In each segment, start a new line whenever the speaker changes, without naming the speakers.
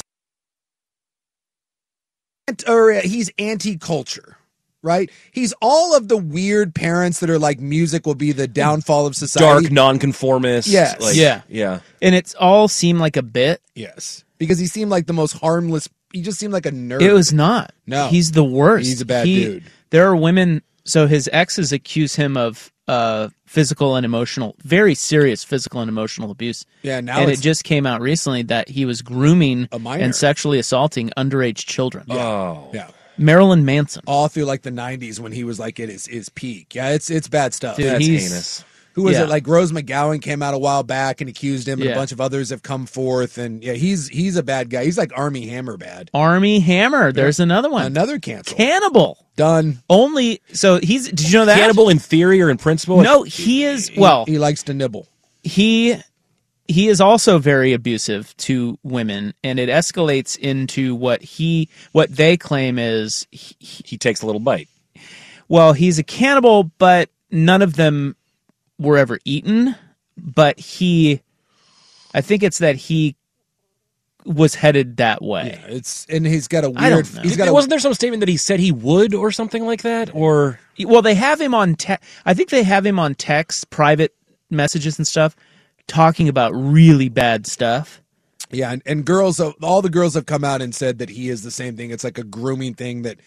Ant- or uh, he's anti-culture, right? He's all of the weird parents that are like, music will be the downfall of society.
Dark nonconformist.
Yes.
Like,
Yeah.
Yeah.
And it's all seemed like a bit.
Yes, because he seemed like the most harmless. He just seemed like a nerd.
It was not.
No.
he's the worst.
He's a bad
He-
dude.
There are women. So his exes accuse him of uh, physical and emotional, very serious physical and emotional abuse.
yeah. Now
and it
it's,
just came out recently that he was grooming
A minor.
and sexually assaulting underage children.
Oh.
yeah. Oh.
Marilyn Manson.
All through like the '90s when he was like at his his peak. Yeah, it's it's bad stuff.
Dude,
yeah,
That's
he's
heinous.
who was
Yeah.
it? Like Rose McGowan came out a while back and accused him, and a
Yeah.
bunch of others have come forth. And yeah, he's he's a bad guy. He's like Army Hammer bad.
Army Hammer. There's another one.
Another cancel.
Cannibal.
Done.
Only so he's. Did you know that?
Cannibal in theory or in principle?
No, he is. Well,
He likes to nibble.
he he is also very abusive to women, and it escalates into what he what they claim is
he takes a little bite.
well, he's a cannibal, but none of them were ever eaten. But he, I think it's that he was headed that way.
It's and he's got a
I don't
weird.
know.
He's got a
Wasn't there some statement that he said he would or something like that? Or
Well, they have him on. Te- I think they have him on text, private messages, and stuff, talking about really bad stuff.
Yeah, and, and girls, uh, all the girls have come out and said that he is the same thing. It's like a grooming thing that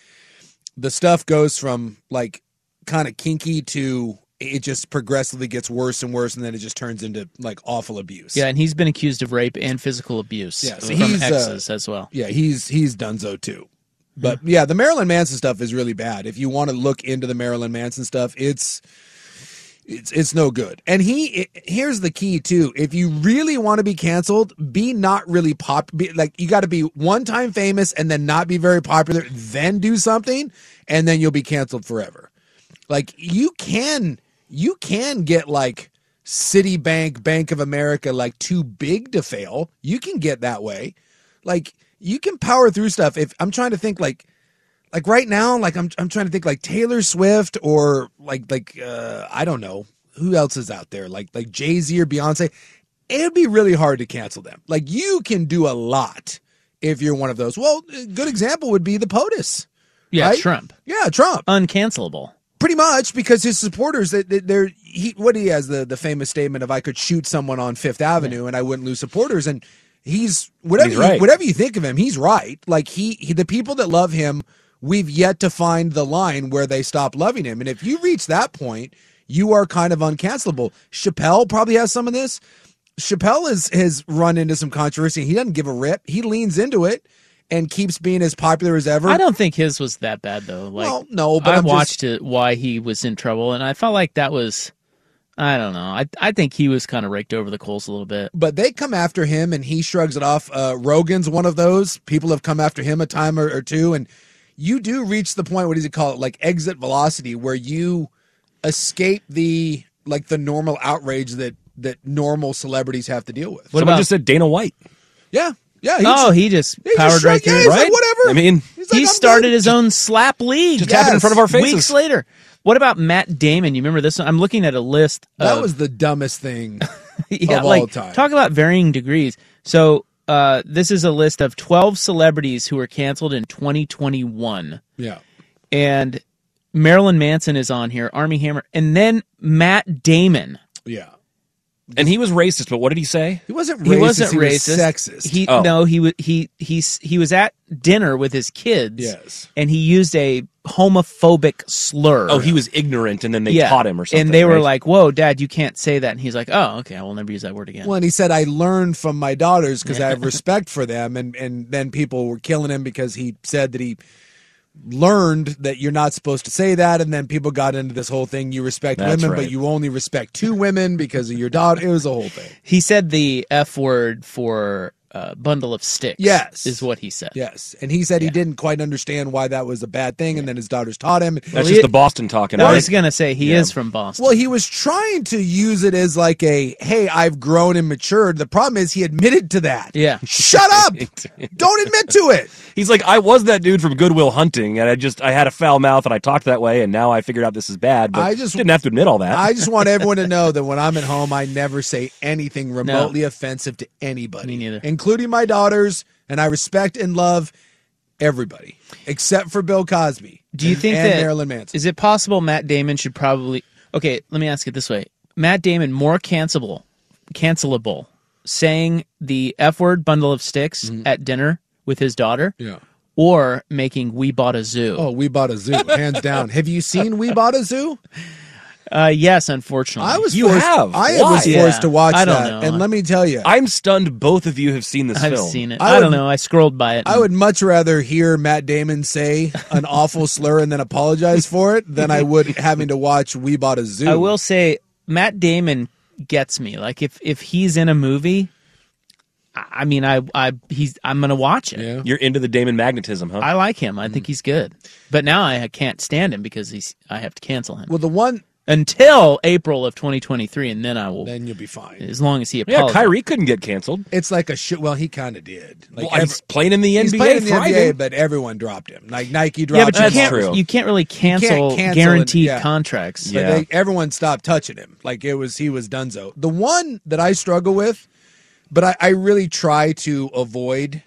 the stuff goes from like kind of kinky to it just progressively gets worse and worse, and then it just turns into like awful abuse.
Yeah, and he's been accused of rape and physical abuse
Yeah, so
from
he's, uh,
exes as well.
yeah, he's he's Dunzo too. But yeah, the Marilyn Manson stuff is really bad. If you want to look into the Marilyn Manson stuff, it's it's it's no good. And he i here's the key too. If you really want to be canceled, be not really pop. Be, like you got to be one time famous and then not be very popular, then do something, and then you'll be canceled forever. Like you can you can get like Citibank, Bank of America, like too big to fail. You can get that way. Like you can power through stuff. If I'm trying to think like like right now, like I'm I'm trying to think like Taylor Swift or like like uh I don't know who else is out there like like Jay Z or Beyonce. It'd be really hard to cancel them. Like you can do a lot if you're one of those. Well, a good example would be the POTUS.
Yeah,
right?
Trump,
Yeah, Trump
uncancelable.
pretty much because his supporters that that they're he what he has the the famous statement of I could shoot someone on Fifth Avenue and I wouldn't lose supporters and he's whatever
He's
you-
right.
whatever you think of him he's right like he, he the people that love him we've yet to find the line where they stop loving him and if you reach that point you are kind of uncancelable Chappelle probably has some of this Chappelle is has run into some controversy he doesn't give a rip he leans into it and keeps being as popular as ever
I don't think his was that bad though. Like,
Well, no, but
I
I'm just-
watched it why he was in trouble, and I felt like that was, I don't know. I I think he was kind of raked over the coals a little bit.
but they come after him and he shrugs it off. Uh, Rogan's one of those. People have come after him a time or, or two. And you do reach the point, what does he call it? Like exit velocity, where you escape the like the normal outrage that that normal celebrities have to deal with.
What
someone
about-
just said Dana White?
Yeah. Yeah.
oh, he just
he just
powered right
shrugged- yeah,
through.
he's
it.
like,
Right?
whatever.
I mean,
He's like,
he
"I'm
started
good."
his own slap league.
Just happened in front of our faces.
Weeks later. What about Matt Damon? You remember this one? I'm looking at a list.
That
of,
was the dumbest thing.
yeah,
of all
like
time.
talk about varying degrees. So uh, this is a list of 12 celebrities who were canceled in 2021,
yeah.
and Marilyn Manson is on here, Army Hammer, and then Matt Damon.
Yeah.
And he was racist, but what did he say?
He wasn't racist.
He wasn't
was
racist.
sexist.
He
Oh.
no, he was he he s- he was at dinner with his kids.
Yes.
and he used a homophobic slur.
Oh, he was ignorant, and then they
yeah.
taught him or something.
And they were
right?
like, "Whoa, Dad, you can't say that." And he's like, "Oh, okay, I will never use that word again."
Well, and he said, "I learned from my daughters because I have respect for them." And and then people were killing him because he said that he learned that you're not supposed to say that. And then people got into this whole thing: you respect
That's
women,
right.
but you only respect two women because of your daughter. It was a whole thing.
He said the F word for uh, bundle of sticks.
Yes.
Is what he said.
Yes, and he said he didn't quite understand why that was a bad thing. And then his daughters taught him.
that's
Well,
just
he-
the Boston talking.
No, I
right?
was going to say he is from Boston.
Well, he was trying to use it as like a, hey, I've grown and matured. The problem is he admitted to that.
Yeah.
Shut up. Don't admit to it.
He's like, I was that dude from Goodwill Hunting, and I just I had a foul mouth, and I talked that way, and now I figured out this is bad. But
I
I
just-
just didn't have to admit all that.
I just want everyone to know that when I'm at home, I never say anything remotely offensive to anybody,
Me neither.
including my daughters. And I respect and love everybody except for Bill Cosby.
Do you think
and
that
Marilyn Manson?
Is it possible Matt Damon should probably Okay, let me ask it this way. Matt Damon more cancelable cancelable saying the F word bundle of sticks at dinner with his daughter
Mm-hmm. yeah.
or making we bought a zoo.
Oh, we bought a zoo, hands down. Have you seen We Bought a Zoo?
Uh yes, unfortunately.
I was
You
forced,
have.
I
Why?
was forced
Yeah.
to watch
I don't
that,
know.
and let me tell you,
I'm stunned. Both of you have seen this
I've
film.
seen it.
I
I, don't
would-
know. I scrolled by it.
I would much rather hear Matt Damon say an awful slur and then apologize for it than I would having to watch We Bought a Zoo.
I will say Matt Damon gets me. Like if if he's in a movie, I I mean, I I he's I'm gonna watch it.
Yeah.
You're into the Damon magnetism, huh?
I like him. I think he's good. But now I can't stand him because he's I have to cancel him
Well, the one
until April of 2023, and then I will.
then you'll be fine.
as long as he
yeah,
apologizes.
Kyrie couldn't get canceled.
It's like a shit. Well, he kind of did. Like
well,
every-
he's playing in the NBA,
he's playing in the
thriving.
NBA, but everyone dropped him. Like Nike dropped
Yeah, but you
him.
That's
can't.
true.
You can't really cancel,
cancel and-
guaranteed
yeah.
contracts.
But
Yeah.
they, everyone stopped touching him. Like it was, he was Dunzo. The one that I struggle with, but I, I really try to avoid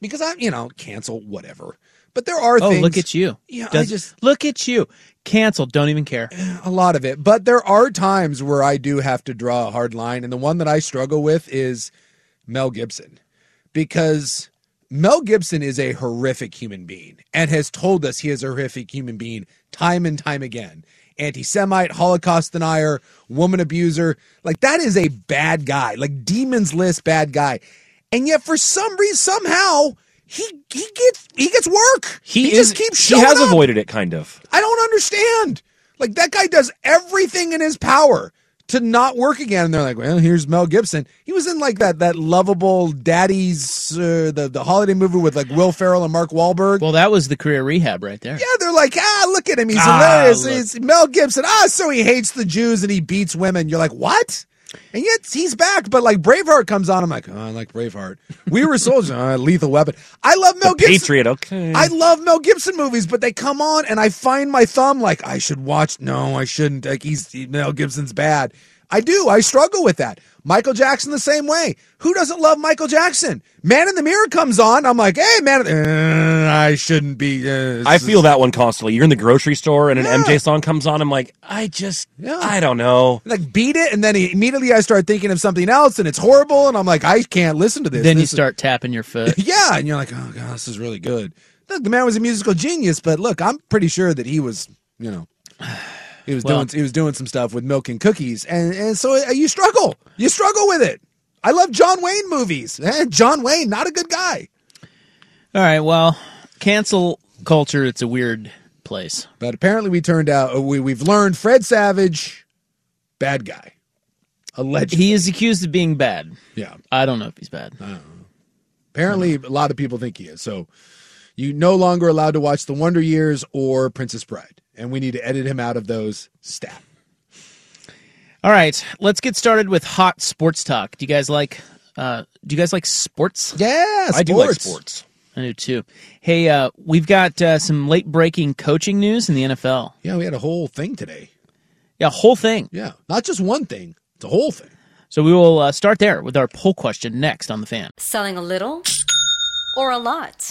because I, you know, cancel whatever. But there are
Oh,
things.
look at you!
Yeah, I
Does-
just-
look at you. Cancel. Don't even care.
a lot of it. But there are times where I do have to draw a hard line, and the one that I struggle with is Mel Gibson because Mel Gibson is a horrific human being and has told us he is a horrific human being time and time again. Anti Semite, Holocaust denier, woman abuser. Like, that is a bad guy, like, demons list bad guy. And yet, for some reason, somehow, he, he gets he gets work. He,
is-
just keeps
He
showing
has
up.
avoided it, kind of.
I don't understand. Like that guy does everything in his power to not work again. And they're like, well, here's Mel Gibson. He was in like that that lovable daddy's uh, the the holiday movie with like Will Ferrell and Mark Wahlberg.
Well, that was the career rehab right there.
yeah, they're like, ah, look at him. He's
Ah,
hilarious.
look.
He's Mel Gibson. Ah, so he hates the Jews and he beats women. You're like, what? And yet he's back. But like Braveheart comes on. I'm like, oh, I like Braveheart. We were soldiers. Ah, lethal weapon. I love Mel Gibson.
Patriot, okay.
I love Mel Gibson movies, but they come on and I find my thumb like I should watch. No, I shouldn't. Like he's he- Mel Gibson's bad. I do. I struggle with that. Michael Jackson the same way. Who doesn't love Michael Jackson? Man in the Mirror comes on. I'm like, hey, man, uh, I shouldn't be. Uh,
I feel that one constantly. You're in the grocery store and an
Yeah.
MJ song comes on. I'm like, I just,
Yeah.
I don't know.
like beat it, and then he, immediately I start thinking of something else, and it's horrible, and I'm like, I can't listen to this.
Then you
This is-
start tapping your foot.
yeah, and you're like, oh god, this is really good. Look, the man was a musical genius, but look, I'm pretty sure that he was, you know, he was
Well-
doing he was doing some stuff with milk and cookies, and and so uh, you struggle, you struggle with it. I love John Wayne movies. Eh, John Wayne, not a good guy.
All right. Well, cancel culture. It's a weird place.
But apparently, we turned out uh, we we've learned Fred Savage, bad guy, alleged.
He is accused of being bad.
yeah,
I don't know if he's bad.
apparently, a lot of people think he is. So you no longer allowed to watch The Wonder Years or Princess Bride, and we need to edit him out of those stat.
All right. Let's get started with hot sports talk. Do you guys like? Uh, do you guys like sports?
Yeah, sports.
I do like sports.
I do too. Hey, uh, we've got uh, some late breaking coaching news in the NFL.
Yeah, we had a whole thing today.
Yeah, whole thing.
Yeah, not just one thing; it's a whole thing.
So we will uh, start there with our poll question next on the fan.
Selling a little or a lot?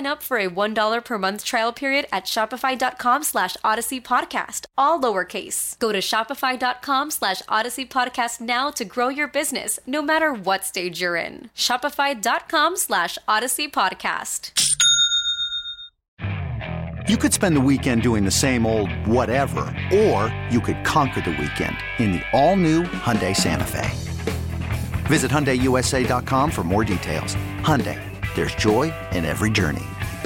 up for a $1 per month trial period at shopify.com slash odyssey podcast, all lowercase. Go to shopify.com slash odyssey podcast now to grow your business, no matter what stage you're in. Shopify.com slash odyssey podcast.
You could spend the weekend doing the same old whatever, or you could conquer the weekend in the all-new Hyundai Santa Fe. Visit HyundaiUSA.com for more details. Hyundai, there's joy in every journey.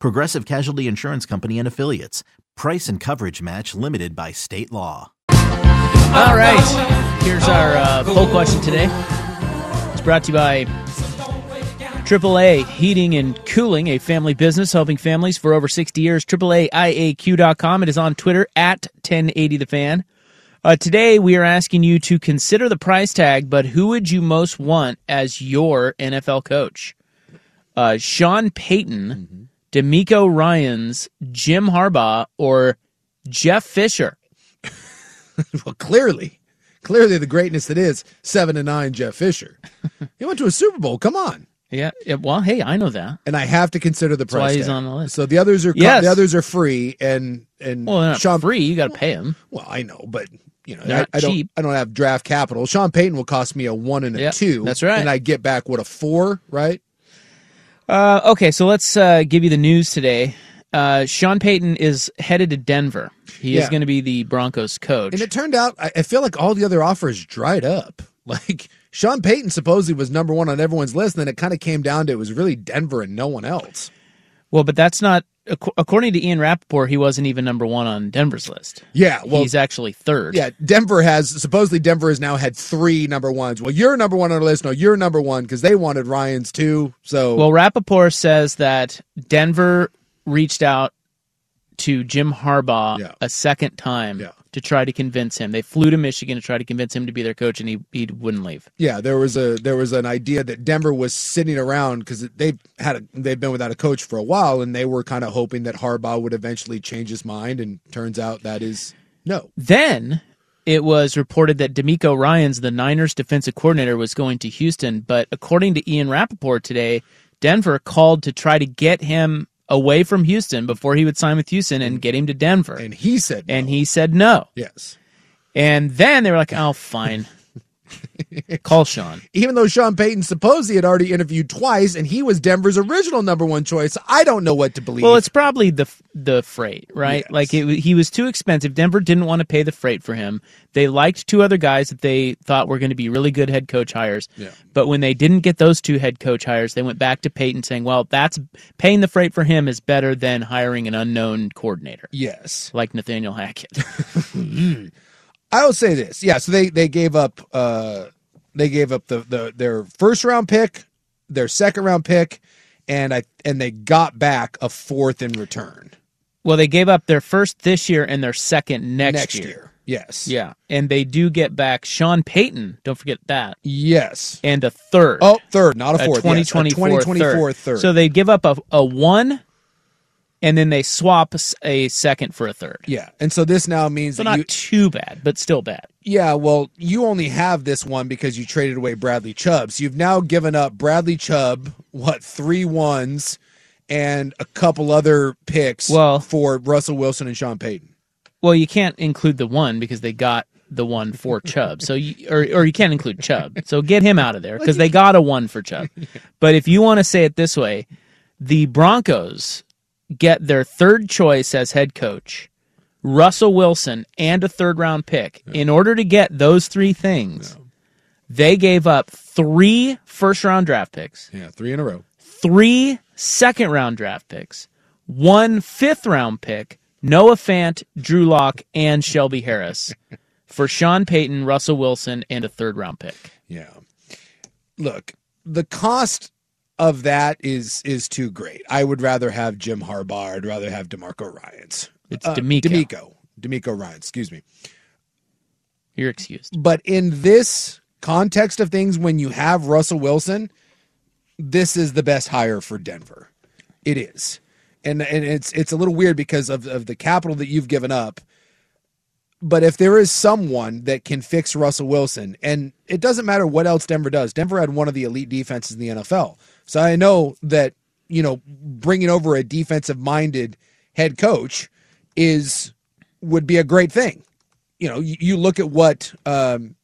Progressive Casualty Insurance Company and Affiliates. Price and coverage match limited by state law.
All right. Here's our uh, poll question today. It's brought to you by AAA Heating and Cooling, a family business helping families for over 60 years. AAAIAQ.com. It is on Twitter at 1080thefan. Uh, today, we are asking you to consider the price tag, but who would you most want as your NFL coach? Uh, Sean Payton, D'Amico Ryans, Jim Harbaugh, or Jeff Fisher?
well, clearly, clearly the greatness that is seven to nine Jeff Fisher. he went to a Super Bowl. Come on.
Yeah, yeah, Well, hey, I know that.
And I have to consider the
That's why
price.
he's
tag.
on the list.
So the others are co-
Yes.
the others are free and and
Well, they're not
Sean
free. You got to pay him.
Well, I know, but you know,
They're
I,
not
I don't
cheap.
I don't have draft capital. Sean Payton will cost me a one and a
Yeah,
two.
that's right.
And I get back what a four, right?
Uh, okay, so let's uh, give you the news today. Uh, Sean Payton is headed to Denver. He is
Yeah.
going to be the Broncos coach.
And it turned out I, I feel like all the other offers dried up. Like Sean Payton supposedly was number one on everyone's list, and then it kind of came down to it was really Denver and no one else.
Well, but that's not ac- according to Ian Rappaport. He wasn't even number one on Denver's list.
Yeah, well-
he's actually third.
Yeah, Denver has supposedly Denver has now had three number ones. Well, you're number one on the list. No, you're number one because they wanted Ryan's too. So
Well, Rappaport says that Denver reached out to Jim Harbaugh a second time to try to convince him. They flew to Michigan to try to convince him to be their coach, and he he wouldn't leave.
yeah, there was a there was an idea that Denver was sitting around because they had a, they've been without a coach for a while, and they were kind of hoping that Harbaugh would eventually change his mind. And turns out that is no.
Then it was reported that D'Amico Ryans, the Niners defensive coordinator, was going to Houston. But according to Ian Rappaport today, Denver called to try to get him away from Houston before he would sign with Houston and get him to Denver. And
he said
no. And he said no.
Yes.
And then they were like, oh, fine. Call Sean.
Even though Sean Payton supposedly had already interviewed twice, and he was Denver's original number one choice, I don't know what to believe.
Well, it's probably the the freight, right? Like it, he was too expensive. Denver didn't want to pay the freight for him. They liked two other guys that they thought were going to be really good head coach hires.
Yeah.
But when they didn't get those two head coach hires, they went back to Peyton saying, "Well, that's paying the freight for him is better than hiring an unknown coordinator."
Yes,
like Nathaniel Hackett.
I will say this. Yeah, so they they gave up uh they gave up the, the their first round pick, their second round pick, and I and they got back a fourth in return.
well, they gave up their first this year and their second next,
Next
year.
year. Yes.
Yeah, and they do get back Sean Payton. Don't forget that.
Yes,
and a third.
Oh, third, not a fourth.
Twenty
Yes, a
twenty four
2024 third.
So they give up a, a one, and then they swap s- a second for a third.
Yeah, and so this now means
So
that
not
you,
too bad, but still bad.
yeah, well, you only have this one because you traded away Bradley Chubb. So you've now given up Bradley Chubb, what three ones, and a couple other picks.
Well-
for Russell Wilson and Sean Payton.
Well, you can't include the one because they got the one for Chubb. So you, or or you can't include Chubb. So get him out of there because they got a one for Chubb. But if you want to say it this way, the Broncos get their third choice as head coach, Russell Wilson, and a third round pick. In order to get those three things, they gave up three first round draft picks,
Yeah, three in a row.
three second round draft picks, one fifth round pick, Noah Fant, Drew Locke, and Shelby Harris for Sean Payton, Russell Wilson, and a third round pick.
Yeah. Look, the cost of that is is too great. I would rather have Jim Harbaugh. I'd rather have Demarco Ryan's.
It's D'Amico.
D'Amico. D'Amico Ryan. Excuse me.
You're excused.
But in this context of things, when you have Russell Wilson, this is the best hire for Denver. It is. And and it's it's a little weird because of, of the capital that you've given up. But if there is someone that can fix Russell Wilson, and it doesn't matter what else Denver does, Denver had one of the elite defenses in the NFL. So I know that, you know, bringing over a defensive minded head coach is would be a great thing you know, you, you look at what um,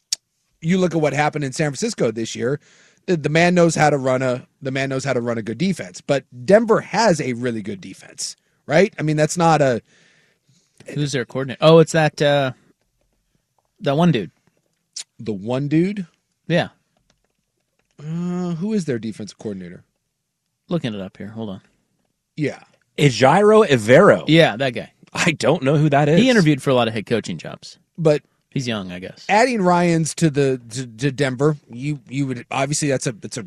you look at what happened in San Francisco this year. The, the man knows how to run a the man knows how to run a good defense. But Denver has a really good defense, right? I mean, that's not a
Who's their coordinator? Oh, it's that uh that one dude.
The one dude?
Yeah.
Uh, who is their defensive coordinator?
Looking it up here. Hold on.
Yeah.
Ejiro Evero.
Yeah, that guy.
I don't know who that is.
He interviewed for a lot of head coaching jobs.
But
he's young, I guess.
Adding Ryan's to the to, to Denver, you you would obviously that's a it's a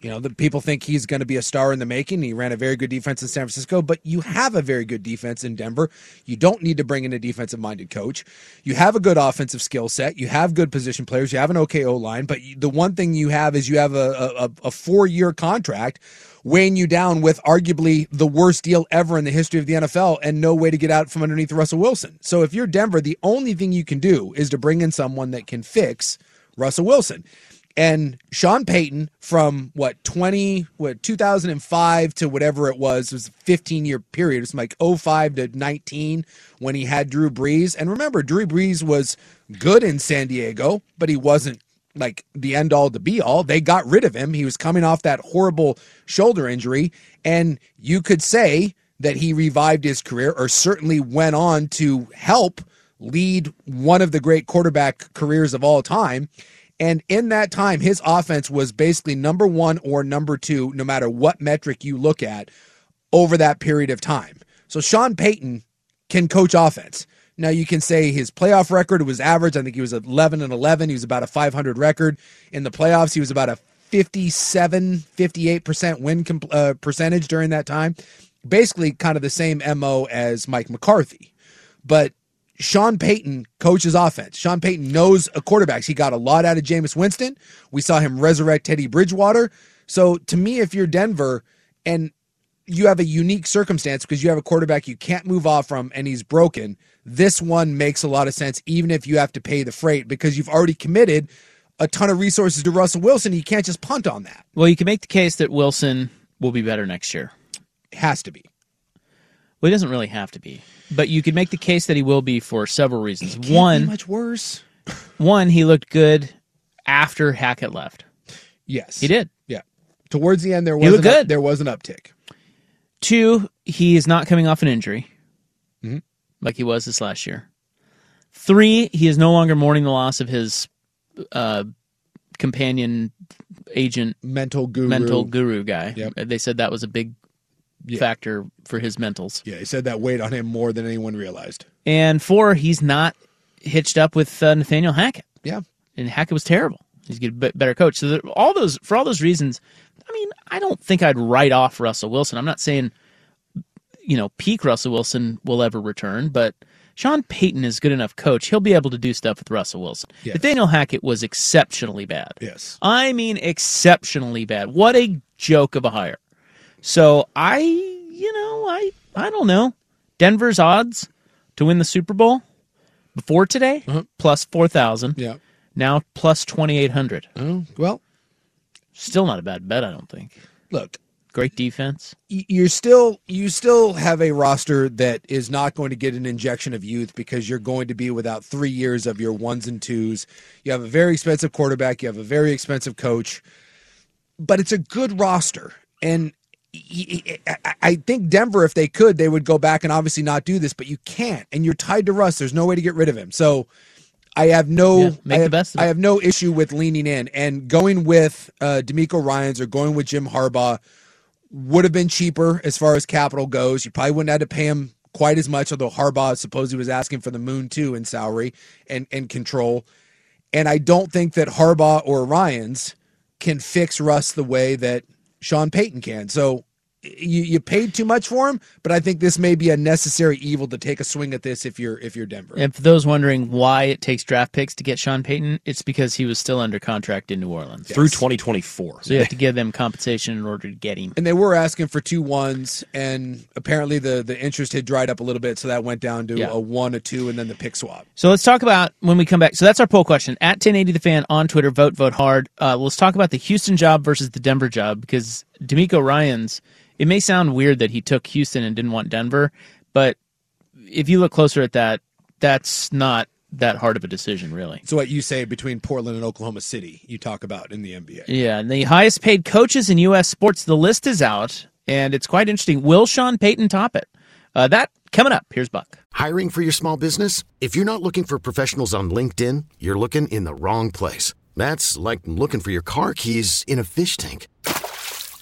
you know the people think he's going to be a star in the making. He ran a very good defense in San Francisco, but you have a very good defense in Denver. You don't need to bring in a defensive minded coach. You have a good offensive skill set. You have good position players. You have an okay O line, but you, the one thing you have is you have a a, a four year contract weighing you down with arguably the worst deal ever in the history of the NFL and no way to get out from underneath Russell Wilson. So if you're Denver, the only thing you can do is to bring in someone that can fix Russell Wilson. And Sean Payton from what 20 what 2005 to whatever it was it was a 15 year period. It's like 05 to 19 when he had Drew Brees. And remember Drew Brees was good in San Diego, but he wasn't like the end all to be all. They got rid of him. He was coming off that horrible shoulder injury. And you could say that he revived his career or certainly went on to help lead one of the great quarterback careers of all time. And in that time, his offense was basically number one or number two, no matter what metric you look at over that period of time. So Sean Payton can coach offense. Now you can say his playoff record was average. I think he was 11 and 11. He was about a 500 record in the playoffs. He was about a 57, 58% win comp- uh, percentage during that time. Basically, kind of the same MO as Mike McCarthy. But Sean Payton coaches offense. Sean Payton knows quarterbacks. He got a lot out of Jameis Winston. We saw him resurrect Teddy Bridgewater. So to me, if you're Denver and you have a unique circumstance because you have a quarterback you can't move off from and he's broken. This one makes a lot of sense, even if you have to pay the freight because you've already committed a ton of resources to Russell Wilson. You can't just punt on that.
Well, you can make the case that Wilson will be better next year.
It has to be.
Well, he doesn't really have to be, but you can make the case that he will be for several reasons.
It
one,
much worse.
one, he looked good after Hackett left.
Yes,
he did.
Yeah, towards the end there was
He looked
an up-
good.
there was an uptick.
Two, he is not coming off an injury
Mhm.
like he was this last year. Three, he is no longer mourning the loss of his uh, companion agent,
mental guru,
mental guru guy.
Yep.
They said that was a big
Yeah.
factor for his mentals.
Yeah, he said that weighed on him more than anyone realized.
And four, he's not hitched up with uh, Nathaniel Hackett.
Yeah.
And Hackett was terrible. He's a good- better coach. So there, all those for all those reasons, I mean, I don't think I'd write off Russell Wilson. I'm not saying you know, peak Russell Wilson will ever return, but Sean Payton is a good enough coach. He'll be able to do stuff with Russell Wilson.
Yes.
Nathaniel Hackett was exceptionally bad.
Yes.
I mean exceptionally bad. What a joke of a hire. So I, you know, I I don't know. Denver's odds to win the Super Bowl before today plus 4000.
Yeah.
Now plus 2800.
Oh, well,
still not a bad bet, I don't think.
Look,
great defense.
y- you're still you still have a roster that is not going to get an injection of youth because you're going to be without three years of your ones and twos. You have a very expensive quarterback. You have a very expensive coach, but it's a good roster. And y- y- I- I- I think Denver, if they could, they would go back and obviously not do this, but you can't. And you're tied to Russ. There's no way to get rid of him. So I have no
Yeah, make
I
the
have,
best of
I
it.
have no issue with leaning in and going with uh, D'Amico Ryan's or going with Jim Harbaugh would have been cheaper as far as capital goes. You probably wouldn't have had to pay him quite as much, although Harbaugh supposedly was asking for the moon too in salary and, and control. And I don't think that Harbaugh or Ryan's can fix Russ the way that Sean Payton can. So you, you paid too much for him, but I think this may be a necessary evil to take a swing at this if you're if you're Denver.
And for those wondering why it takes draft picks to get Sean Payton, it's because he was still under contract in New Orleans.
Through 2024.
So you have to give them compensation in order to get him.
And they were asking for two ones, and apparently the the interest had dried up a little bit, so that went down to
Yeah.
a one, a two, and then the pick swap.
So let's talk about when we come back. So that's our poll question at 1080 the fan on Twitter. Vote, vote hard. Uh, let's talk about the Houston job versus the Denver job because D'Amico Ryan's. It may sound weird that he took Houston and didn't want Denver, but if you look closer at that, that's not that hard of a decision, really.
So what you say between Portland and Oklahoma City, you talk about in the NBA.
Yeah, and the highest paid coaches in U.S. sports, the list is out, and it's quite interesting. Will Sean Payton top it? Uh, that coming up. Here's Buck.
Hiring for your small business? If you're not looking for professionals on LinkedIn, you're looking in the wrong place. That's like looking for your car keys in a fish tank.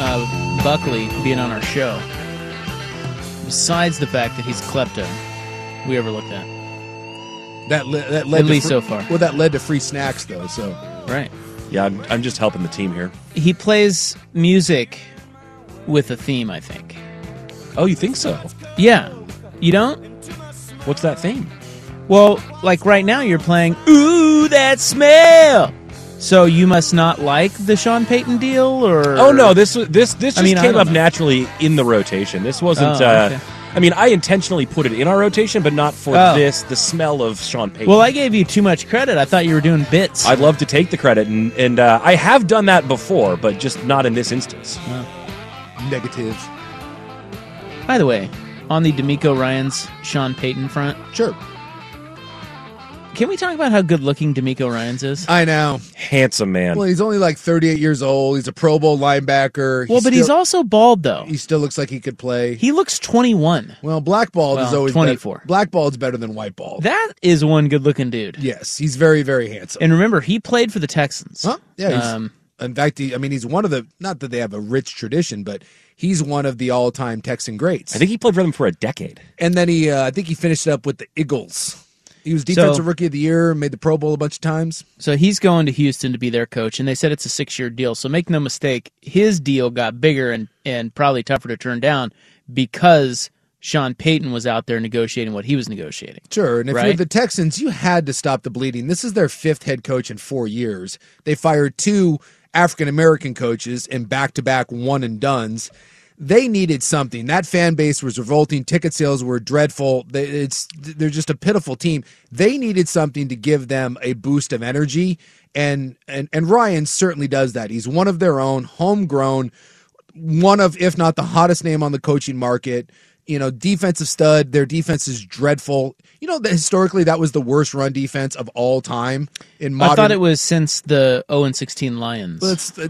uh, Buckley being on our show, besides the fact that he's klepto, we overlooked that.
That, le- that led
At
to
least
fr-
so far.
Well, that led to free snacks though. So
right.
Yeah, I'm, I'm just helping the team here.
He plays music with a theme, I think.
Oh, you think so?
Yeah. You don't?
What's that theme?
Well, like right now you're playing Ooh, that smell. So you must not like the Sean Payton deal or
Oh no, this was this this
I
just
mean, I
came
don't
up
know.
naturally in the rotation. This wasn't.
Oh,
uh,
okay.
I mean, I intentionally put it in our rotation, but not for
Oh.
this. The smell of Sean Payton.
Well, I gave you too much credit. I thought you were doing bits.
I'd love to take the credit, and, and uh, I have done that before, but just not in this instance.
negative.
By the way, on the D'Amico Ryan's Sean Payton front,
sure.
Can we talk about how good looking D'Amico Ryan's is?
I know.
Handsome man.
Well, he's only like 38 years old. He's a Pro Bowl linebacker.
Well, but he's also bald though.
He still looks like he could play.
He looks 21.
Well, blackballed is
Well,
always
24.
Better. Blackballed's better than whiteballed.
That is one good looking dude.
Yes, he's very very handsome.
And remember, he played for the Texans.
Huh? Yeah. He's,
Um,
in fact, he, I mean, he's one of the not that they have a rich tradition, but he's one of the all-time Texan greats.
I think he played for them for a decade.
And then he, uh, I think he finished up with the Eagles. He was defensive
So-
rookie of the year, made the Pro Bowl a bunch of times.
So he's going to Houston to be their coach, and they said it's a six year deal. So make no mistake, his deal got bigger and, and probably tougher to turn down because Sean Payton was out there negotiating what he was negotiating.
Sure, and if you're
Right?
the Texans, you had to stop the bleeding. This is their fifth head coach in four years. They fired two African American coaches and back to back one and duns. They needed something. That fan base was revolting. Ticket sales were dreadful. They- It's they're just a pitiful team. They needed something to give them a boost of energy, and and and Ryan certainly does that. He's one of their own, homegrown one of, if not the hottest name on the coaching market. You know, defensive stud. Their defense is dreadful. You know, that historically that was the worst run defense of all time in modern.
I thought it was since the 0 and 16 Lions.
Well, it's- uh,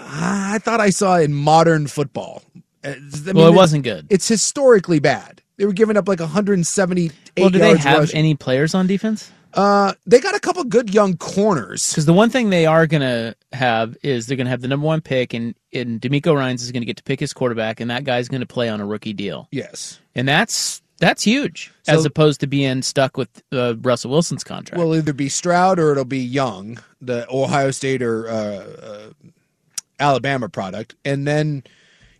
I thought I saw in modern football. Uh, I
well, it
mean,
wasn't good.
It's historically bad. They were giving up like 178
Well, do they
yards
have
rushing.
any players on defense?
uh, they got a couple good young corners.
Because the one thing they are going to have is they're going to have the number one pick, and, and D'Amico Ryans is going to get to pick his quarterback, and that guy's going to play on a rookie deal.
Yes.
And that's that's huge as
So-
opposed to being stuck with uh, Russell Wilson's contract.
Well, either be Stroud or it'll be Young, the Ohio State or uh, uh, Alabama product, and then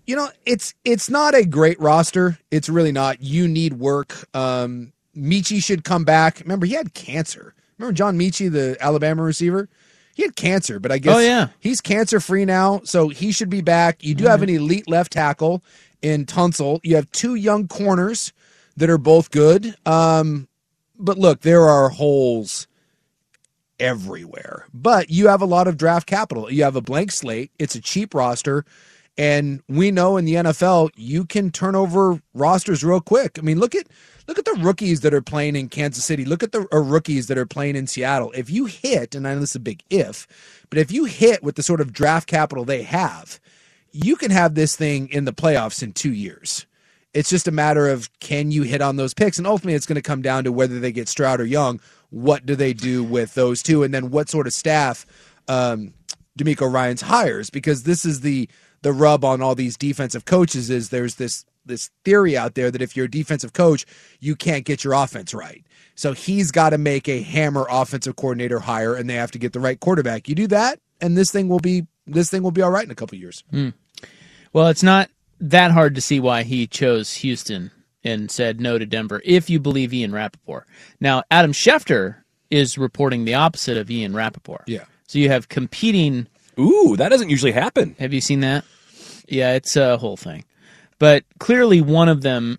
you know it's it's not a great roster. It's really not. You need work. Um, Michi should come back. Remember, he had cancer. Remember John Michi, the Alabama receiver. He had cancer, but I guess
Oh, yeah.
he's cancer free now, so he should be back. You do have an
Mm-hmm.
elite left tackle in Tunsil. You have two young corners that are both good. Um, but look, there are holes everywhere. But you have a lot of draft capital. You have a blank slate. It's a cheap roster, And we know in the NFL, you can turn over rosters real quick. I mean, look at look at the rookies that are playing in Kansas City. Look at the uh, rookies that are playing in Seattle. If you hit, and I know this is a big if, but if you hit with the sort of draft capital they have, you can have this thing in the playoffs in two years. It's just a matter of can you hit on those picks, and ultimately, it's going to come down to whether they get Stroud or Young. What do they do with those two, and then what sort of staff um, D'Amico Ryan's hires? Because this is the the rub on all these defensive coaches is there's this this theory out there that if you're a defensive coach, you can't get your offense right. So he's got to make a hammer offensive coordinator hire, and they have to get the right quarterback. You do that, and this thing will be this thing will be all right in a couple years.
Hmm. Well, it's not that hard to see why he chose Houston and said no to Denver if you believe Ian Rappaport. Now, Adam Schefter is reporting the opposite of Ian Rappaport.
Yeah.
So you have competing.
Ooh, that doesn't usually happen.
Have you seen that? Yeah, it's a whole thing. But clearly, one of them,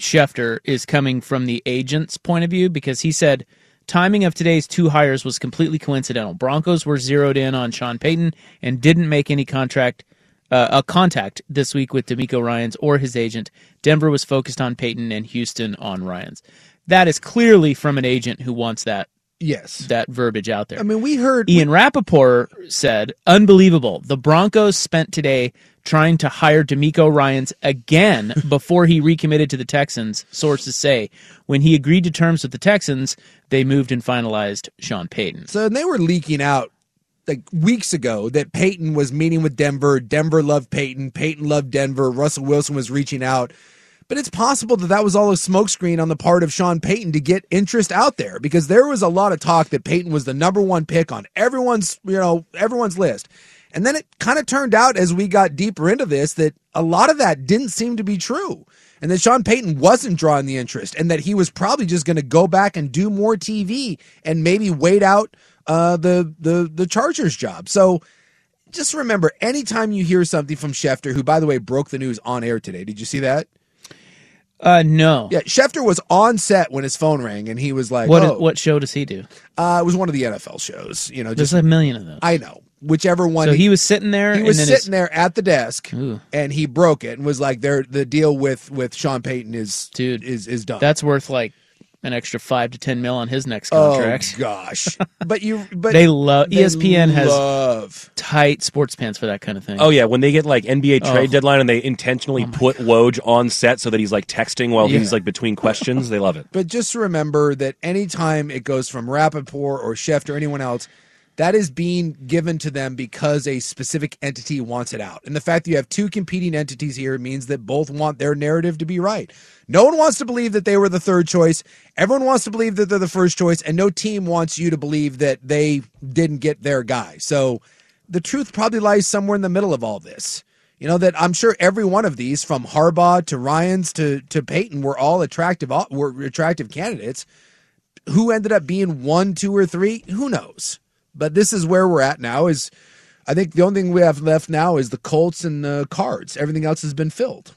Schefter, is coming from the agent's point of view because he said timing of today's two hires was completely coincidental. Broncos were zeroed in on Sean Payton and didn't make any contract uh, a contact this week with D'Amico Ryan's or his agent. Denver was focused on Payton and Houston on Ryan's. That is clearly from an agent who wants that
yes
that verbiage out there.
I mean, we heard
Ian Rappaport said, unbelievable. The Broncos spent today trying to hire D'Amico Ryans again before he recommitted to the Texans, sources say. When he agreed to terms with the Texans, they moved and finalized Sean Payton.
So and they were leaking out like weeks ago that Peyton was meeting with Denver. Denver loved Peyton. Peyton loved Denver. Russell Wilson was reaching out. But it's possible that that was all a smokescreen on the part of Sean Payton to get interest out there because there was a lot of talk that Peyton was the number one pick on everyone's, you know, everyone's list. And then it kind of turned out as we got deeper into this that a lot of that didn't seem to be true. And that Sean Payton wasn't drawing the interest and that he was probably just going to go back and do more TV and maybe wait out uh, the the the Chargers job. So just remember, anytime you hear something from Schefter, who by the way broke the news on air today, did you see that?
Uh, no.
Yeah, Schefter was on set when his phone rang, and he was like,
What
oh.
what show does he do?
Uh, it was one of the NFL shows. You know,
There's
just
a million of those.
I know whichever one.
So he was sitting there.
He was
and then
sitting
his-
there at the desk,
Ooh.
and he broke it and was like, "There, the deal with with Sean Payton is
dude
is is done."
That's worth like an extra five to ten mil on his next contract.
Oh gosh! But you, but
they E love
they
ESPN
love-
has tight sports pants for that kind of thing.
Oh yeah, when they get like NBA trade
Oh.
deadline and they intentionally put Woj on set so that he's like texting while
Yeah.
he's like between questions, they love it.
But just remember that anytime it goes from Rappaport or Schefter or anyone else, that is being given to them because a specific entity wants it out. And the fact that you have two competing entities here means that both want their narrative to be right. No one wants to believe that they were the third choice. Everyone wants to believe that they're the first choice, and no team wants you to believe that they didn't get their guy. So the truth probably lies somewhere in the middle of all this. You know that I'm sure every one of these, from Harbaugh to Ryan's to to Peyton, were all attractive were attractive candidates. Who ended up being one, two, or three? Who knows? But this is where we're at now. Is I think the only thing we have left now is the Colts and the Cards. Everything else has been filled.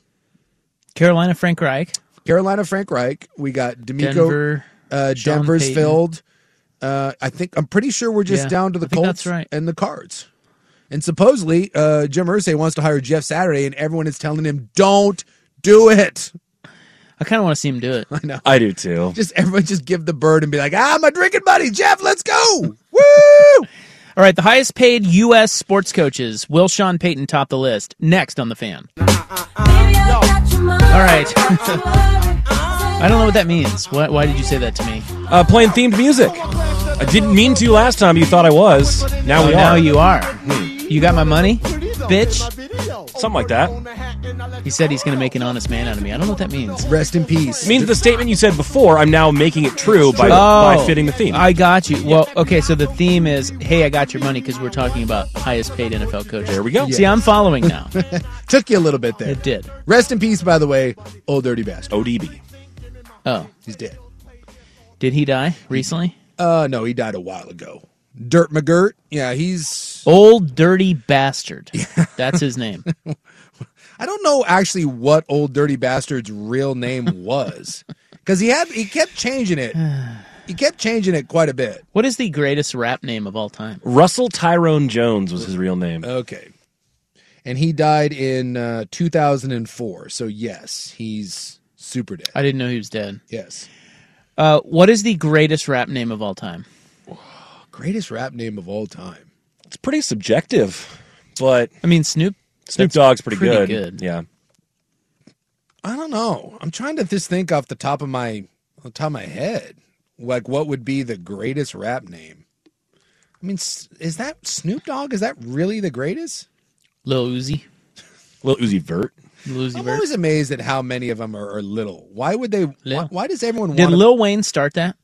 Carolina Frank Reich.
Carolina Frank Reich. We got D'Amico.
Denver,
uh,
Sean
Denver's
Payton.
filled. Uh, I think I'm pretty sure we're just
Yeah,
down to the
I think
Colts
that's right.
and the Cards. And supposedly, uh, Jim Irsay wants to hire Jeff Saturday, and everyone is telling him, "Don't do it."
I kind of want to see him do it.
I know.
I do too.
Just everyone, just give the bird and be like, "Ah, my drinking buddy, Jeff, let's go."
All right, the highest paid U.S. sports coaches. Will Sean Payton top the list? Next on the fan. All right. I don't know what that means. Why, why did you say that to me?
Uh, playing themed music. I didn't mean to last time. You thought I was. Now
Oh,
we
now
are. Hmm.
you are. You got my money, bitch.
Something like that.
He said he's going to make an honest man out of me. I don't know what that means.
Rest in peace.
It means the statement you said before. I'm now making it true by, by fitting the theme.
Oh, I got you. Well, okay, so the theme is, hey, I got your money because we're talking about highest paid NFL coaches. There
we go.
See, I'm following now.
Took you a little bit there.
It did.
Rest in peace, by the way, old dirty bastard.
ODB.
Oh,
he's dead.
Did he die recently?
Uh, no, he died a while ago. Dirt McGirt. Yeah, he's
old dirty bastard. That's his name.
I don't know actually what old dirty bastard's real name was because he had he kept changing it. He kept changing it quite a bit.
What is the greatest rap name of all time?
Russell Tyrone Jones was his real name.
Okay. and he died in uh, 2004. So yes, he's super dead.
I didn't know he was dead.
Yes.
Uh, what is the greatest rap name of all time?
Greatest rap name of all time.
It's pretty subjective, but
I mean Snoop
Snoop Dogg's pretty,
pretty
good.
good.
Yeah.
I don't know. I'm trying to just think off the top of my off the top of my head, like what would be the greatest rap name? I mean, s- is that Snoop Dogg? Is that really the greatest?
Lil Uzi.
Lil Uzi Vert.
Lil Uzi
I'm
Vert.
always amazed at how many of them are, are little. Why would they? Why, why does everyone
Did
want? to-
Lil Wayne start that?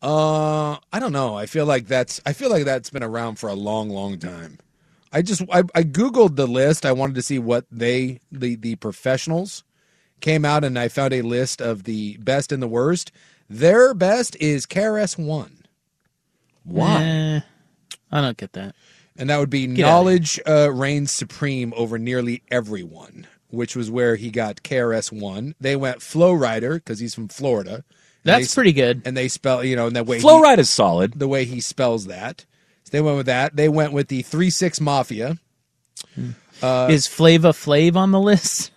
uh, I don't know. I feel like that's. I feel like that's been around for a long, long time. I just. I, I googled the list. I wanted to see what they the the professionals came out, and I found a list of the best and the worst. Their best is KRS One.
Why? I don't get that.
And that would be
Get outta
knowledge uh, reigns supreme over nearly everyone, which was where he got KRS One. They went Flow Rider because he's from Florida.
That's pretty good.
And they spell, you know, in that way.
Flow Ride is solid.
The way he spells that. So they went with that. They went with the Three Six Mafia. Uh,
is Flava Flav on the list?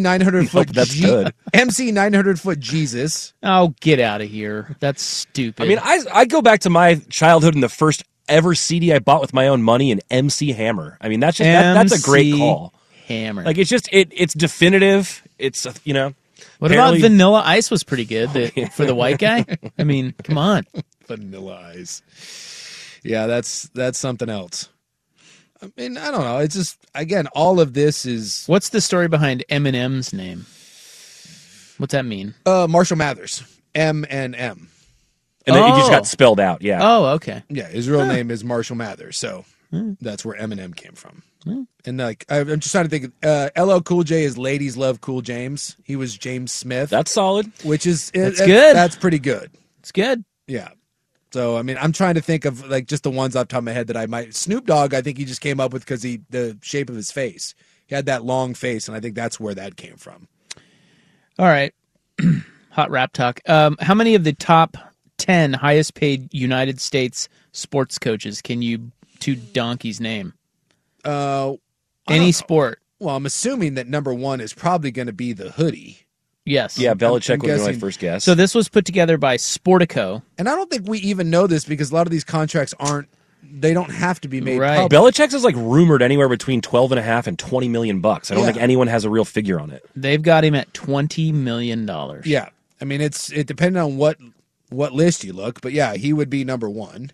900 foot
Oh, that's
Je-
good.
MC 900 foot Jesus.
Oh, get out of here. That's stupid.
I mean, I I go back to my childhood and the first ever CD I bought with my own money and MC Hammer. I mean, that's just that, that's a great
MC
call.
Hammer.
Like it's just it it's definitive. It's uh, you know.
what about Vanilla Ice was pretty good
Oh,
the, for the white guy? I mean, come on.
Vanilla Ice. Yeah, that's that's something else. I mean, I don't know. It's just again, all of this is
What's the story behind Eminem's name? What's that mean?
Uh, Marshall Mathers, M and M.
And then it just
Oh.
got spelled out. Yeah.
Oh, okay.
Yeah, his real
Huh. Hmm.
name is Marshall Mathers, so that's where Eminem came from. And like, I- I'm just trying to think. Uh, LL Cool J is "Ladies Love Cool James." He was James Smith.
That's solid.
Which is
That's
it-
good.
That's pretty good.
It's good.
Yeah. So I mean, I'm trying to think of like just the ones off the top of my head that I might. Snoop Dogg, I think he just came up with because he the shape of his face. He had that long face, and I think that's where that came from.
All right. Hot rap talk. Um, how many of the top 10 highest paid United States sports coaches can you to Donkey's name?
Uh, I don't
Any
know.
sport.
Well, I'm assuming that number one is probably going to be the hoodie.
Yes.
Yeah, Belichick
I'm
would be my
guessing-
first guess.
So this was put together by Sportico.
And I don't think we even know this because a lot of these contracts aren't they don't have to be made public.
Belichick's is like rumored anywhere between 12 and a half and 20 million bucks. I don't
Yeah.
think anyone has a real figure on it.
They've got him at $20 million. Yeah.
Yeah. I mean it's it depending on what what list you look, but yeah, he would be number 1.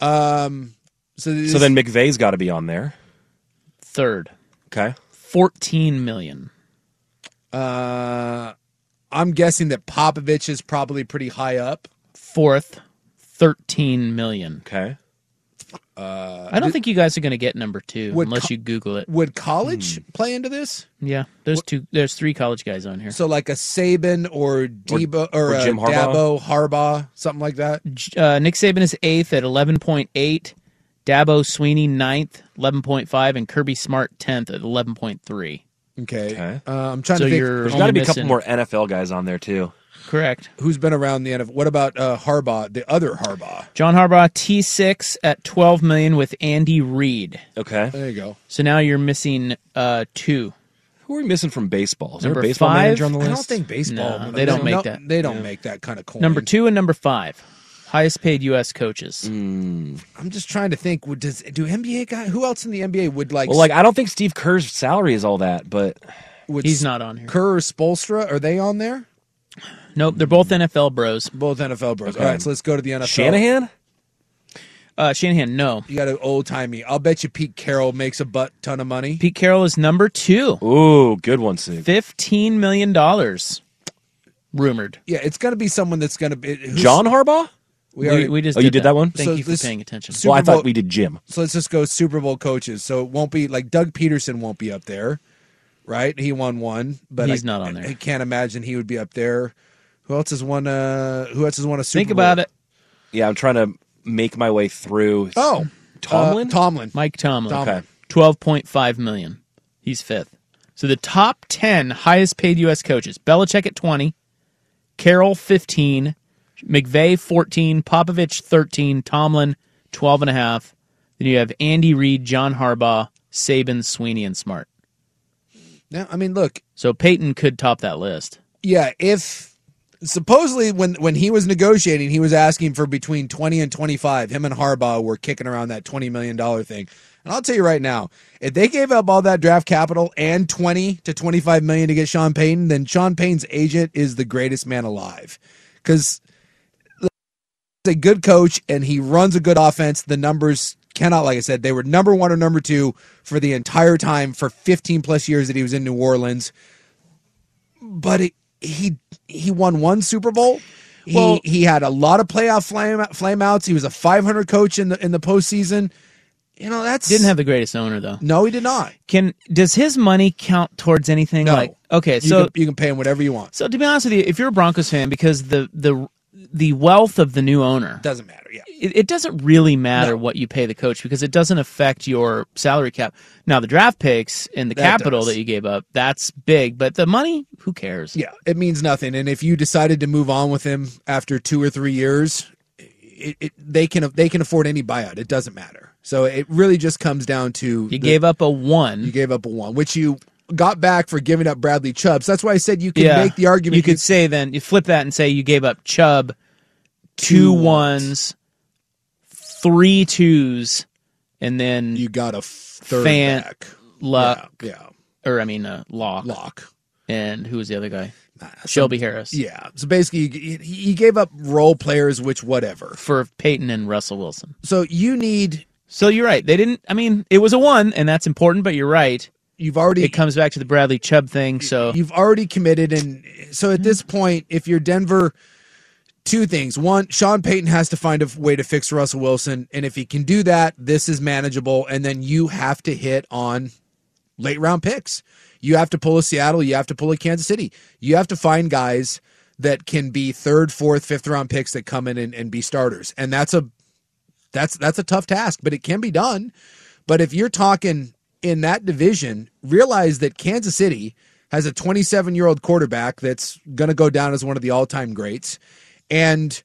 Um so, this,
So then McVeigh's got to be on there.
Third.
Okay.
14 million.
uh I'm guessing that Popovich is probably pretty high up.
Fourth, 13 million.
Okay.
Uh
I don't think you guys are going to get number two
Would
unless
co-
you Google it.
would college play into this?
Yeah, there's two. There's three college guys on here.
So like a Saban or Debo or,
or
a
Jim Harbaugh?
Dabo Harbaugh, something like that.
Uh, Nick Saban is eighth at 11.8. Dabo Sweeney ninth, 11.5, and Kirby Smart tenth at 11.3.
Okay.
Okay.
Uh, I'm trying
So
to think.
you're
There's got to be a couple
missing-
more NFL guys on there too.
Correct.
Who's been around the NFL? What about uh, Harbaugh, the other Harbaugh?
John Harbaugh T6 at 12 million with Andy Reid.
Okay.
There you go.
So now you're missing uh, two.
Who are we missing from baseball? Is
Number
there a baseball
five?
manager on the
I
list?
don't think baseball.
No, they don't make
no,
that.
They don't make that kind of coin.
Number two and number five, highest paid U.S. coaches.
Mm.
I'm just trying to think. would- Does do NBA guy? Who else in the NBA would like?
well, like I don't think Steve Kerr's salary is all that, but
would
He's not on here.
Kerr, Spolstra, are they on there?
Nope, they're both NFL bros. Um,
Both NFL bros.
Okay.
All right, so let's go to the NFL.
Shanahan.
Uh, Shanahan, no.
You got to old timey. I'll bet you Pete Carroll makes a butt ton of money.
Pete Carroll is number two,
Ooh, good one, Sig.
fifteen million dollars, rumored.
Yeah, it's going to be someone that's going to be who's-
John Harbaugh.
We already-
we just
Oh, you did that one?
Thank
So
you for
this-
paying attention.
Super
Well, I
Bowl-
thought we did Jim.
So let's just go Super Bowl coaches. So it won't be like Doug Peterson won't be up there, right? He won one, but
He's
I-
not on there.
I can't imagine he would be up there. Who else has won? Uh, who else has won a Super
Think
Bowl?
about it,
Yeah, I'm trying to make my way through.
Oh,
Tomlin?
uh, Tomlin.
Mike Tomlin,
Tomlin.
Okay.
twelve point five million. He's fifth. So the top ten highest paid U.S. coaches: Belichick at twenty, Carroll fifteen, McVay fourteen, Popovich thirteen, Tomlin twelve and a half. Then you have Andy Reid, John Harbaugh, Saban, Sweeney, and Smart.
No, I mean, look.
So Peyton could top that list.
Yeah, if supposedly when when he was negotiating, he was asking for between 20 and 25. Him and Harbaugh were kicking around that 20 million dollar thing. And I'll tell you right now, if they gave up all that draft capital and 20 to 25 million to get Sean Payton, then Sean Payton's agent is the greatest man alive. Cuz a good coach and he runs a good offense. The numbers cannot, like I said, they were number one or number two for the entire time for 15 plus years that he was in New Orleans. But it, he he won one Super Bowl. He,
Well-
he had a lot of playoff flame flameouts. He was a 500 coach in the in the postseason. You know that's
Didn't have the greatest owner though.
no, he did not.
Can does his money count towards anything?
No.
Like okay,
You
so
can- you can pay him whatever you want.
So to be honest with you, if you're a Broncos fan, because the the the wealth of the new owner
doesn't matter. Yeah,
it, it doesn't really matter what you pay the coach because it doesn't affect your salary cap. Now the draft picks and the
That
capital
does.
that you gave up that's big, but the money, who cares?
Yeah, it means nothing. And if you decided to move on with him after two or three years, it, it, they can they can afford any buyout. It doesn't matter. So it really just comes down to you
gave up a one.
You gave up a one, which you got back for giving up Bradley Chubb. So that's why I said you can
Yeah.
make the argument.
You could say then you flip that and say you gave up Chubb
Two
two ones, three twos, and then
you got a third
fan
back.
luck.
Yeah,
or I mean uh, lock
lock,
and who was the other guy? Shelby Harris.
Yeah. So basically, you, you gave up role players, which whatever
for Peyton and Russell Wilson.
So you need.
So you're right. They didn't. I mean, it was a one, and that's important. But you're right.
You've already.
It comes back to the Bradley Chubb thing. So
you've already committed and so at this point if you're denver two things one sean payton has to find a way to fix russell wilson and if he can do that this is manageable and then you have to hit on late round picks you have to pull a seattle you have to pull a kansas city you have to find guys that can be third fourth fifth round picks that come in and, and be starters and that's a that's that's a tough task but it can be done but if you're talking in that division, realize that Kansas City has a 27 year old quarterback that's going to go down as one of the all time greats. And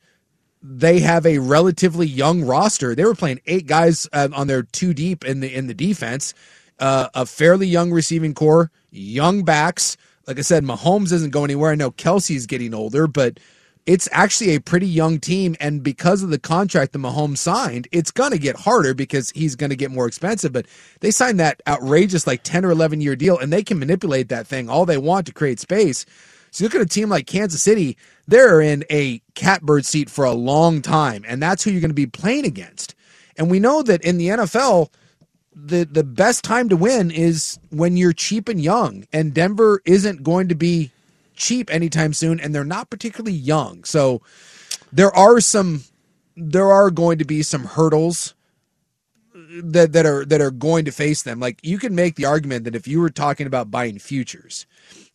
they have a relatively young roster. They were playing eight guys uh, on their two deep in the in the defense, uh, a fairly young receiving core, young backs. Like I said, Mahomes isn't going anywhere. I know Kelsey's getting older, but it's actually a pretty young team. And because of the contract that Mahomes signed, it's going to get harder because he's going to get more expensive. But they signed that outrageous, like 10 or 11 year deal, and they can manipulate that thing all they want to create space. So you look at a team like Kansas City, they're in a catbird seat for a long time, and that's who you're going to be playing against. And we know that in the NFL, the the best time to win is when you're cheap and young, and Denver isn't going to be cheap anytime soon, and they're not particularly young. So there are some there are going to be some hurdles that that are that are going to face them. Like you can make the argument that if you were talking about buying futures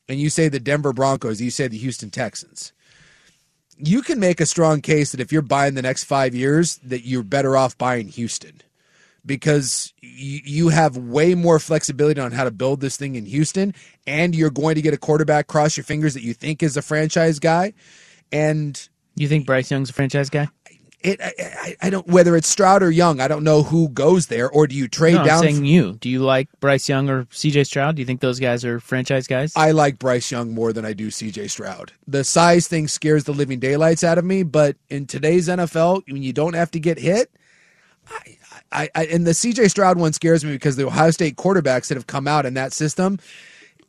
and you say the Denver Broncos, you say the Houston Texans, you can make a strong case that if you're buying the next 5 years that you're better off buying Houston because you, you have way more flexibility on how to build this thing in Houston and you're going to get a quarterback cross your fingers that you think is a franchise guy and
you think Bryce Young's a franchise guy?
it, I, I, I don't whether it's Stroud or Young. I don't know who goes there, or do you trade
no, I'm
down?
saying you. Do you like Bryce Young or C.J. Stroud? Do you think those guys are franchise guys?
I like Bryce Young more than I do C.J. Stroud. The size thing scares the living daylights out of me, but in today's NFL, when you don't have to get hit, I, I, I and the C.J. Stroud one scares me because the Ohio State quarterbacks that have come out in that system,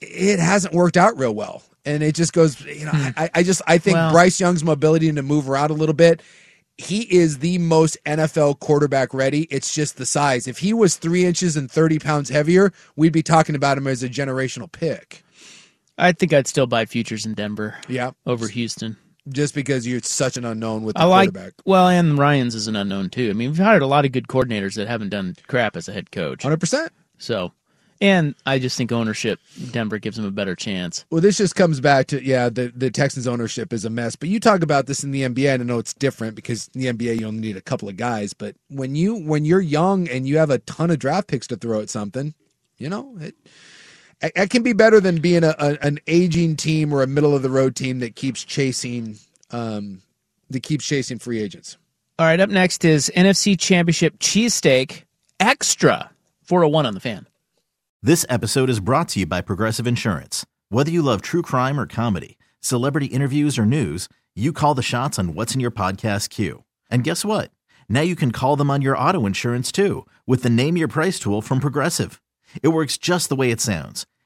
it hasn't worked out real well, and it just goes. You know, I, I just I think
Well-
Bryce Young's mobility and to move around a little bit. He is the most NFL quarterback ready. It's just the size. If he was three inches and 30 pounds heavier, we'd be talking about him as a generational pick.
I think I'd still buy futures in Denver.
Yeah.
over Houston.
just because you're such an unknown with the
I like.
quarterback.
Well, and Ryan's is an unknown too. I mean, we've hired a lot of good coordinators that haven't done crap as a head coach.
Hundred percent.
So, and I just think ownership Denver gives them a better chance.
Well, this just comes back to yeah, the the Texans ownership is a mess. But you talk about this in the NBA, and I know it's different because in the NBA you only need a couple of guys. But when you when you're young and you have a ton of draft picks to throw at something, you know it. it- It can be better than being a, a an aging team or a middle of the road team that keeps chasing, um, that keeps chasing free agents.
All right, up next is NFC Championship cheesesteak extra 401 on the fan.
This episode is brought to you by Progressive Insurance. Whether you love true crime or comedy, celebrity interviews or news, you call the shots on what's in your podcast queue. And guess what? Now you can call them on your auto insurance too with the Name Your Price tool from Progressive. It works just the way it sounds.